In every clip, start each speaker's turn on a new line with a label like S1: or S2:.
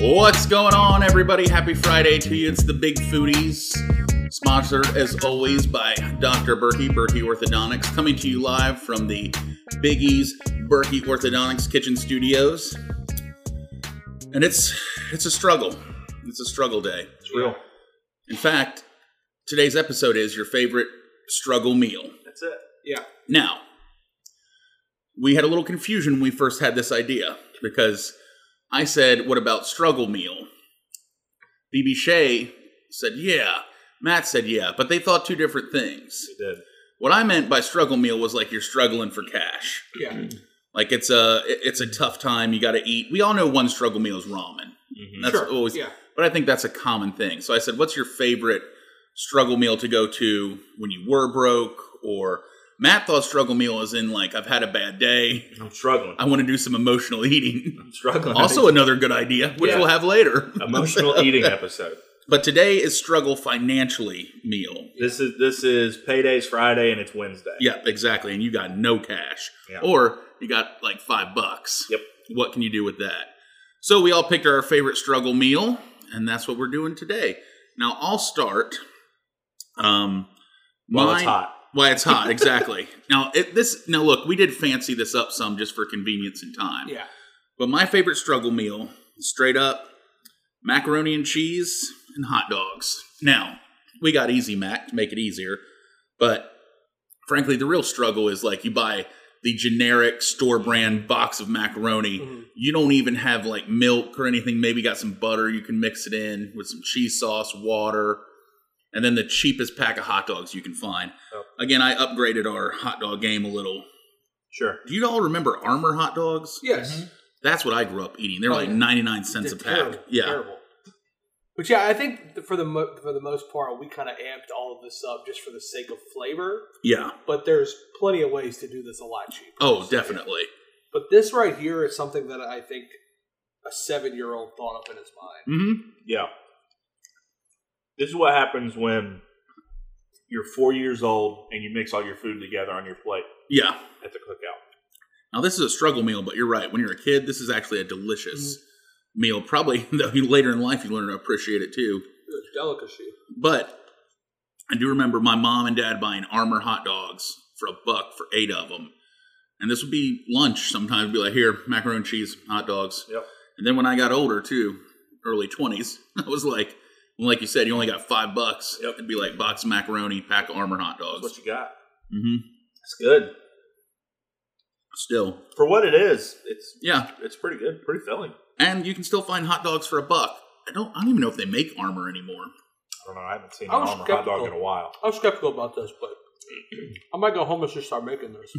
S1: What's going on, everybody? Happy Friday to you. It's the Big Foodies, sponsored as always by Dr. Berkey, Berkey Orthodontics, coming to you live from the Big E's Berkey Orthodontics Kitchen Studios. And it's it's a struggle. It's a struggle day.
S2: It's real.
S1: In fact, today's episode is your favorite struggle meal.
S2: That's it. Yeah.
S1: Now, we had a little confusion when we first had this idea because I said, What about struggle meal? BB Shea said, Yeah. Matt said, Yeah, but they thought two different things.
S2: It did.
S1: What I meant by struggle meal was like you're struggling for cash.
S2: Yeah.
S1: Like it's a it- it's a tough time. You got to eat. We all know one struggle meal is ramen. That's
S2: sure.
S1: always.
S2: yeah.
S1: But I think that's a common thing. So I said, "What's your favorite struggle meal to go to when you were broke?" Or Matt thought struggle meal is in like I've had a bad day.
S2: I'm struggling.
S1: I want to do some emotional eating.
S2: I'm struggling.
S1: Also, another good idea, which
S2: Yeah.
S1: we'll have later.
S2: emotional eating episode.
S1: But today is struggle financially meal.
S2: This is this is paydays Friday and it's Wednesday.
S1: Yeah, exactly. And you got no cash,
S2: Yeah.
S1: or you got like five bucks.
S2: Yep.
S1: What can you do with that? So we all picked our favorite struggle meal, and that's what we're doing today. Now I'll start. Um,
S2: While
S1: mine-
S2: it's hot.
S1: Why it's hot, exactly. now it, this now look, we did fancy this up some just for convenience and time.
S2: Yeah.
S1: But my favorite struggle meal, straight up, macaroni and cheese and hot dogs. Now, we got Easy Mac to make it easier, but frankly, the real struggle is like you buy the generic store brand box of macaroni. You don't even have like milk or anything. Maybe got some butter you can mix it in with some cheese sauce, water, and then the cheapest pack of hot dogs you can find.
S2: Yep.
S1: Again, I upgraded our hot dog game a little.
S2: Sure.
S1: Do you all remember Armor hot dogs?
S3: Yes.
S1: That's what I grew up eating. They were
S3: Oh,
S1: like
S3: yeah.
S1: 99 cents
S3: They're
S1: a pack.
S3: terrible,
S1: yeah.
S3: Terrible. But yeah, I think for the mo- for the most part, we kind of amped all of this up just for the sake of flavor.
S1: Yeah.
S3: But there's plenty of ways to do this a lot cheaper.
S1: Oh,
S3: So,
S1: definitely.
S3: yeah. But this right here is something that I think a seven year old thought up in his mind.
S1: Mm-hmm.
S2: Yeah. This is what happens when you're four years old and you mix all your food together on your plate
S1: Yeah.
S2: at the cookout.
S1: Now, this is a struggle meal, but you're right. When you're a kid, this is actually a delicious
S3: Mm-hmm.
S1: meal. Probably, though, you- later in life, you learn to appreciate it too.
S3: It's delicacy.
S1: But I do remember my mom and dad buying Armor hot dogs for a buck for eight of them. And this would be lunch sometimes. Be like, here, macaroni and cheese, hot dogs.
S2: Yep.
S1: And then when I got older too, early twenties, I was like, well, like you said, you only got five bucks.
S2: Yep.
S1: It'd be like box of macaroni, pack of Armor hot
S2: That's
S1: dogs.
S2: what you got.
S1: hmm
S2: It's good.
S1: Still,
S2: For what it is, it's
S1: yeah,
S2: it's pretty good, pretty filling.
S1: and you can still find hot dogs for a buck. I don't, I don't even know if they make armor anymore.
S2: I don't know. I haven't seen an
S3: I was
S2: armor hot dog
S3: skeptical.
S2: in a while.
S3: I'm skeptical about this, but I might go home and just start making this.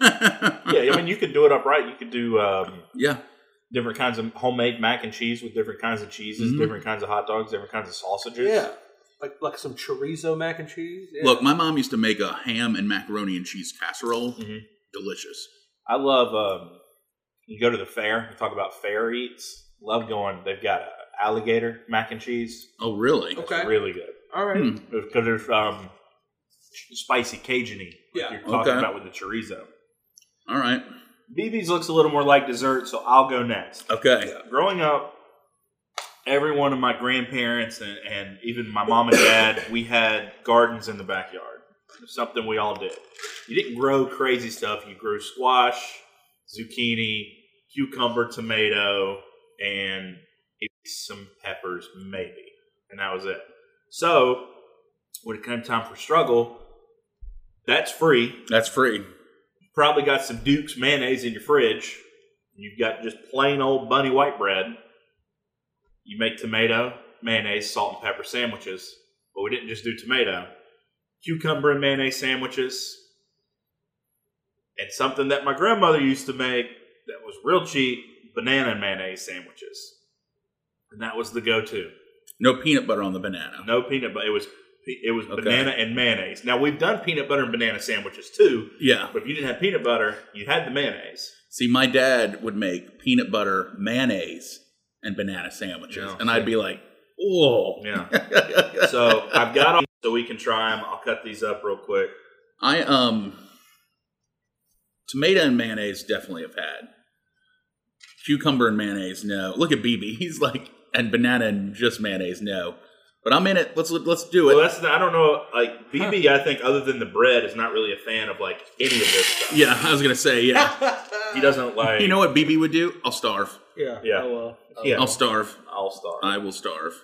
S1: yeah,
S2: Yeah, I mean, you could do it upright. You could do um,
S1: yeah,
S2: different kinds of homemade mac and cheese with different kinds of cheeses,
S1: Mhm.
S2: different kinds of hot dogs, different kinds of sausages.
S3: Mm-hmm. Yeah. Like like some chorizo mac and cheese. Yeah.
S1: Look, my mom used to make a ham and macaroni and cheese casserole.
S2: Mhm.
S1: Delicious.
S2: I love. Um, you go to the fair. You talk about fair eats. Love going. They've got a alligator mac and cheese.
S1: Oh, really?
S3: Okay.
S2: It's really good
S3: all right.
S1: Hmm.
S2: because there's um, spicy Cajun-y.
S3: Yeah.
S2: Like you're talking
S1: Okay.
S2: about with the chorizo.
S1: All right.
S2: BB's looks a little more like dessert, so I'll go next.
S1: Okay.
S2: growing up, every one of my grandparents and, and even my mom and dad, we had gardens in the backyard. Something we all did. You didn't grow crazy stuff. You grew squash, zucchini, cucumber, tomato, and some peppers, maybe. And that was it. So when it came time for struggle, that's free
S1: That's free.
S2: probably got some Duke's mayonnaise in your fridge. You've got just plain old bunny white bread. You make tomato, mayonnaise, salt, and pepper sandwiches. But we didn't just do tomato, cucumber and mayonnaise sandwiches. And something that my grandmother used to make that was real cheap banana and mayonnaise sandwiches. And that was the go to.
S1: No peanut butter on the banana.
S2: No peanut butter. It was, it was
S1: Okay.
S2: banana and mayonnaise. Now, we've done peanut butter and banana sandwiches too,
S1: Yeah.
S2: but if you didn't have peanut butter, you had the mayonnaise.
S1: See, my dad would make peanut butter mayonnaise and banana sandwiches,
S2: Yeah.
S1: and I'd be like, "Oh,
S2: Yeah. So I've got them so we can try them. I'll cut these up real quick.
S1: I um tomato and mayonnaise definitely have had. Cucumber and mayonnaise, no. Look at BB. He's like and banana and just mayonnaise. No, but I'm in it. Let's let's do it.
S2: Well, that's the, I don't know. Like BB, I think other than the bread, is not really a fan of like any of this stuff.
S1: yeah, I was gonna say yeah.
S2: He doesn't like.
S1: You know what BB would do? I'll starve.
S3: yeah.
S2: Yeah.
S3: Oh, well. Oh,
S2: Yeah.
S1: I'll Uh. starve.
S2: I'll starve. I,
S1: I will starve.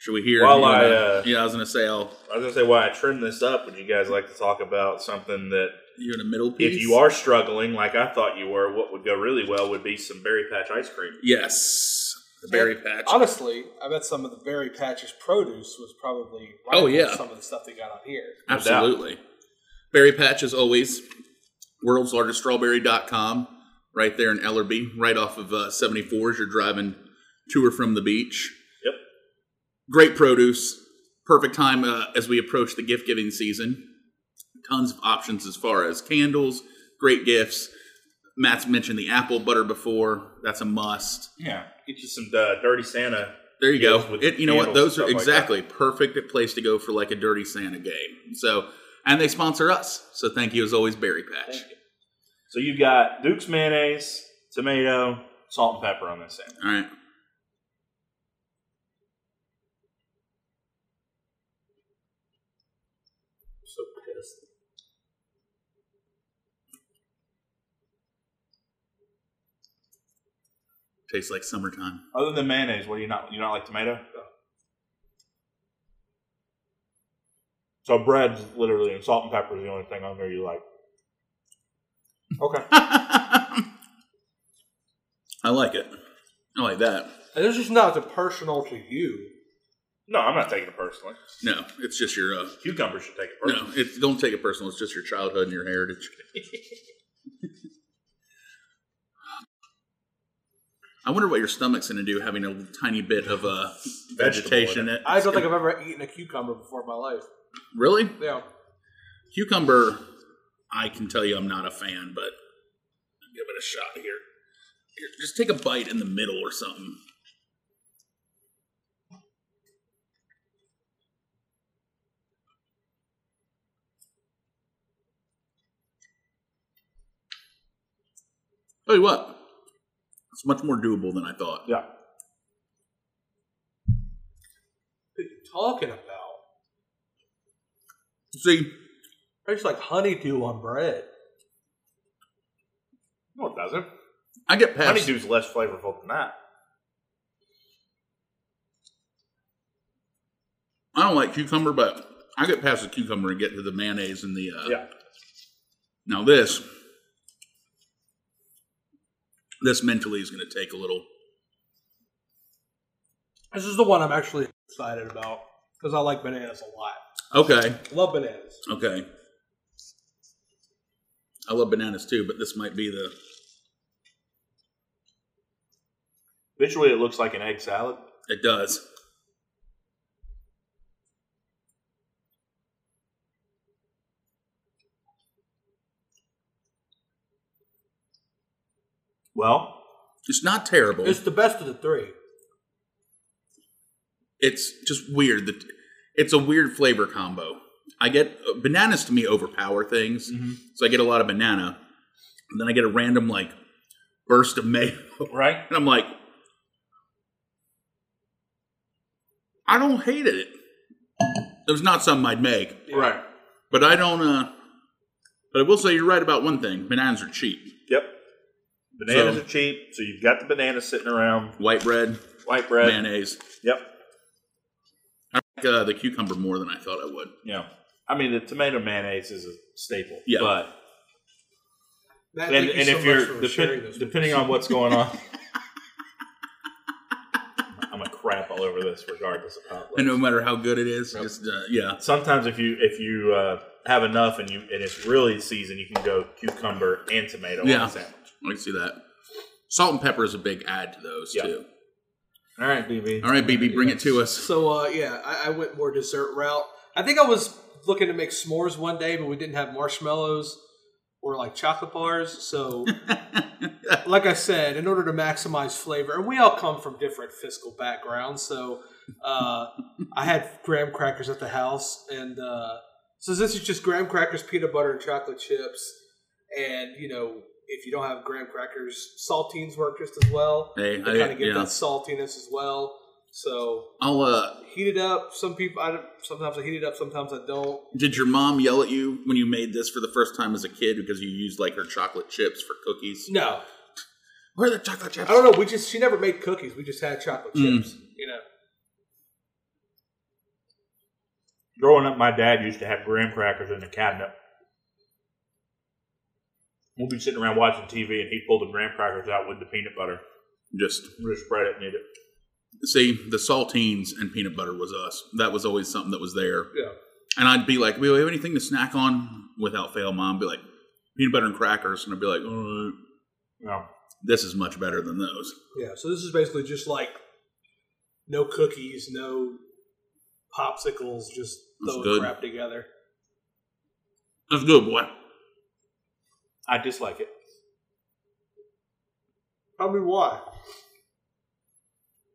S1: Should we hear?
S2: While
S1: you
S2: I,
S1: wanna-
S2: uh,
S1: yeah, I was gonna say I'll.
S2: was gonna say why I trimmed this up. Would you guys like to talk about something that,
S1: You're in a middle piece.
S2: if you are struggling like I thought you were, what would go really well would be some berry patch ice cream.
S1: yes, the berry patch.
S3: Honestly, I bet some of the berry patches produce was probably
S1: Oh,
S3: rival
S1: yeah.
S3: some of the stuff they got on here.
S2: No doubt.
S1: Absolutely. Berry Patch, as always, world's largest strawberry.com, right there in Ellerby, right off of uh, 74 as you're driving to or from the beach.
S2: Yep.
S1: Great produce. Perfect time uh, as we approach the gift giving season. Tons of options as far as candles, great gifts. Matt's mentioned the apple butter before. That's a must.
S2: Yeah. Get you some uh, dirty Santa.
S1: There you
S2: Yes,
S1: go.
S2: with
S1: It, you know what?
S2: candles
S1: Those
S2: and
S1: are
S2: stuff like that.
S1: exactly perfect place to go for like a dirty Santa game. So, and they sponsor us. So thank you as always, Berry Patch.
S3: Thank you.
S2: So you've got Duke's mayonnaise, tomato, salt and pepper on this sandwich.
S1: All right.
S3: so pissed.
S1: Tastes like summertime.
S2: Other than mayonnaise, what do you not you not like tomato? So bread's literally and salt and pepper is the only thing on there you like. Okay.
S1: I like it. I like that.
S3: And this is not the personal to you.
S2: No, I'm not taking it personally.
S1: No, it's just your. Uh,
S2: Cucumber should take it
S1: no,
S2: personally.
S1: it's, don't take it personal. It's just your childhood and your heritage. I wonder what your stomach's going to do having a tiny bit of uh,
S2: Vegetable
S1: vegetation. In it.
S3: I don't think I've ever eaten a cucumber before in my life.
S1: really
S3: Yeah.
S1: cucumber. I can tell you, I'm not a fan, but I'll give it a shot here. here. Just take a bite in the middle or something. Tell you what, it's much more doable than I thought.
S2: Yeah.
S3: What are you talking about?
S1: See,
S3: Tastes like honeydew on bread.
S2: No, it doesn't.
S1: I get past
S2: Honeydew's less flavorful than that.
S1: I don't like cucumber, but I get past the cucumber and get to the mayonnaise and the. Uh,
S2: Yeah.
S1: Now this, this mentally is going to take a little.
S3: This is the one I'm actually excited about because I like bananas a lot.
S1: Okay,
S3: Love bananas.
S1: okay. I love bananas too, but this might be the.
S2: Visually it looks like an egg salad.
S1: It does.
S2: Well,
S1: It's not terrible.
S3: It's the best of the three.
S1: it's just weird that it's a weird flavor combo. I get bananas to me overpower things, so I get a lot of banana, and then I get a random like burst of mayo,
S2: right?
S1: and I'm like, I don't hate it. It was not something I'd make,
S2: Right.
S1: but I don't. uh But I will say you're right about one thing: bananas are cheap.
S2: Yep. Bananas
S1: So-
S2: are cheap, so you've got the bananas sitting around,
S1: White bread,
S2: white bread.
S1: mayonnaise.
S2: Yep.
S1: I like uh, the cucumber more than I thought I would.
S2: Yeah. I mean, the tomato mayonnaise is a staple.
S1: Yeah.
S2: But
S3: Matt,
S2: and,
S3: thank you
S2: and
S3: so
S2: if
S3: much
S2: you're
S3: for
S2: depen-
S3: sharing this with
S2: depending
S3: us.
S2: on what's going on, I'm a crap all over this, regardless of how. It
S1: And no
S2: looks.
S1: matter how good it is, just uh, yeah.
S2: Sometimes if you if you uh, have enough and you and it's really seasoned, you can go cucumber and tomato on
S1: Yeah.
S2: the sandwich.
S1: I can see that. Salt and pepper is a big add to those
S2: Yeah.
S1: too.
S2: All right, BB.
S1: All right, BB, bring it to us.
S3: So uh, yeah, I, I went more dessert route. I think I was looking to make s'mores one day, but we didn't have marshmallows or like chocolate bars. So, like I said, in order to maximize flavor, and we all come from different fiscal backgrounds, so uh, I had graham crackers at the house, and uh, so this is just graham crackers, peanut butter, and chocolate chips. And you know, if you don't have graham crackers, saltines work just as well
S1: Hey,
S3: to kind
S1: I,
S3: of get
S1: yeah,
S3: that saltiness as well. So
S1: I'll uh
S3: heat it up. Some people, I don't- sometimes I heat it up, sometimes I don't.
S1: did your mom yell at you when you made this for the first time as a kid because you used like her chocolate chips for cookies?
S3: No,
S1: Where are the chocolate chips?
S3: I don't know. We just she never made cookies. We just had chocolate
S1: Mm.
S3: chips. You know.
S2: Growing up, my dad used to have graham crackers in the cabinet. We'd be sitting around watching TV, and he'd pull the graham crackers out with the peanut butter.
S1: Just
S2: We'd just spread it and eat it.
S1: see the saltines and peanut butter was us. That was always something that was there.
S3: Yeah.
S1: And I'd be like, "We have anything to snack on?" Without fail, mom be like, "Peanut butter and crackers," and I'd be like, "All right,
S2: No.
S1: this is much better than those."
S3: Yeah. So this is basically just like no cookies, no popsicles, just
S1: That's
S3: throwing
S1: good.
S3: crap together.
S1: That's good, boy.
S2: I dislike it.
S3: Tell me why.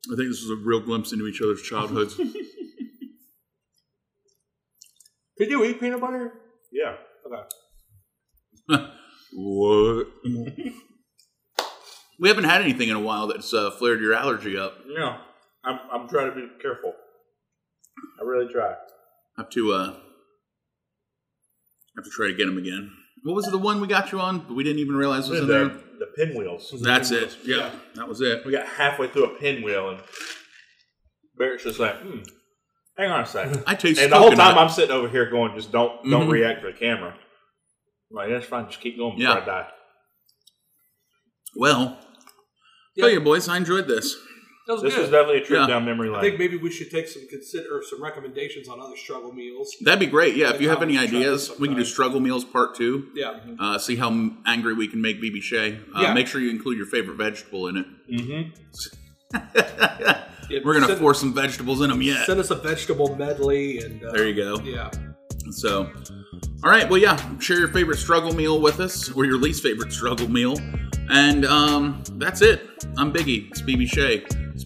S1: I think this was a real glimpse into each other's childhoods.
S3: Did you eat peanut butter?
S2: Yeah.
S1: what? we haven't had anything in a while that's uh, flared your allergy up.
S2: No. I'm, I'm trying to be careful. I really try.
S1: Have to uh, have to try to get them again. What was the one we got you on, but we didn't even realize was
S2: The,
S1: in there?
S2: the pinwheels.
S1: That's it. Yeah, that was it.
S2: We got halfway through a pinwheel, and Barrett's just like, hmm, hang on a second.
S1: I taste
S2: And the whole
S1: coconut.
S2: time I'm sitting over here going, just don't don't
S1: Mhm.
S2: react to the camera. I'm like that's fine, just keep going before
S1: Yeah.
S2: I die.
S1: well,
S3: Yeah.
S1: tell you boys, I enjoyed this.
S3: That was
S2: This
S3: good.
S2: is definitely a trip
S1: Yeah.
S2: down memory
S3: I
S2: lane.
S3: think maybe we should take some consider or some recommendations on other struggle meals.
S1: That'd be great. Yeah,
S3: Yeah,
S1: if you have any
S3: I'll try it
S1: ideas, we can do
S3: sometime.
S1: struggle meals part two.
S3: Yeah.
S1: Uh, see how angry we can make BB Shea. Uh,
S3: Yeah.
S1: Make sure you include your favorite vegetable in it.
S2: mm-hmm.
S3: Yeah,
S1: We're gonna
S3: send,
S1: force some vegetables in them yet.
S3: send us a vegetable medley and uh,
S1: There you go.
S3: yeah.
S1: So, all right. Well, yeah. Share your favorite struggle meal with us, or your least favorite struggle meal, and um, that's it. I'm Biggie. It's BB Shea. It's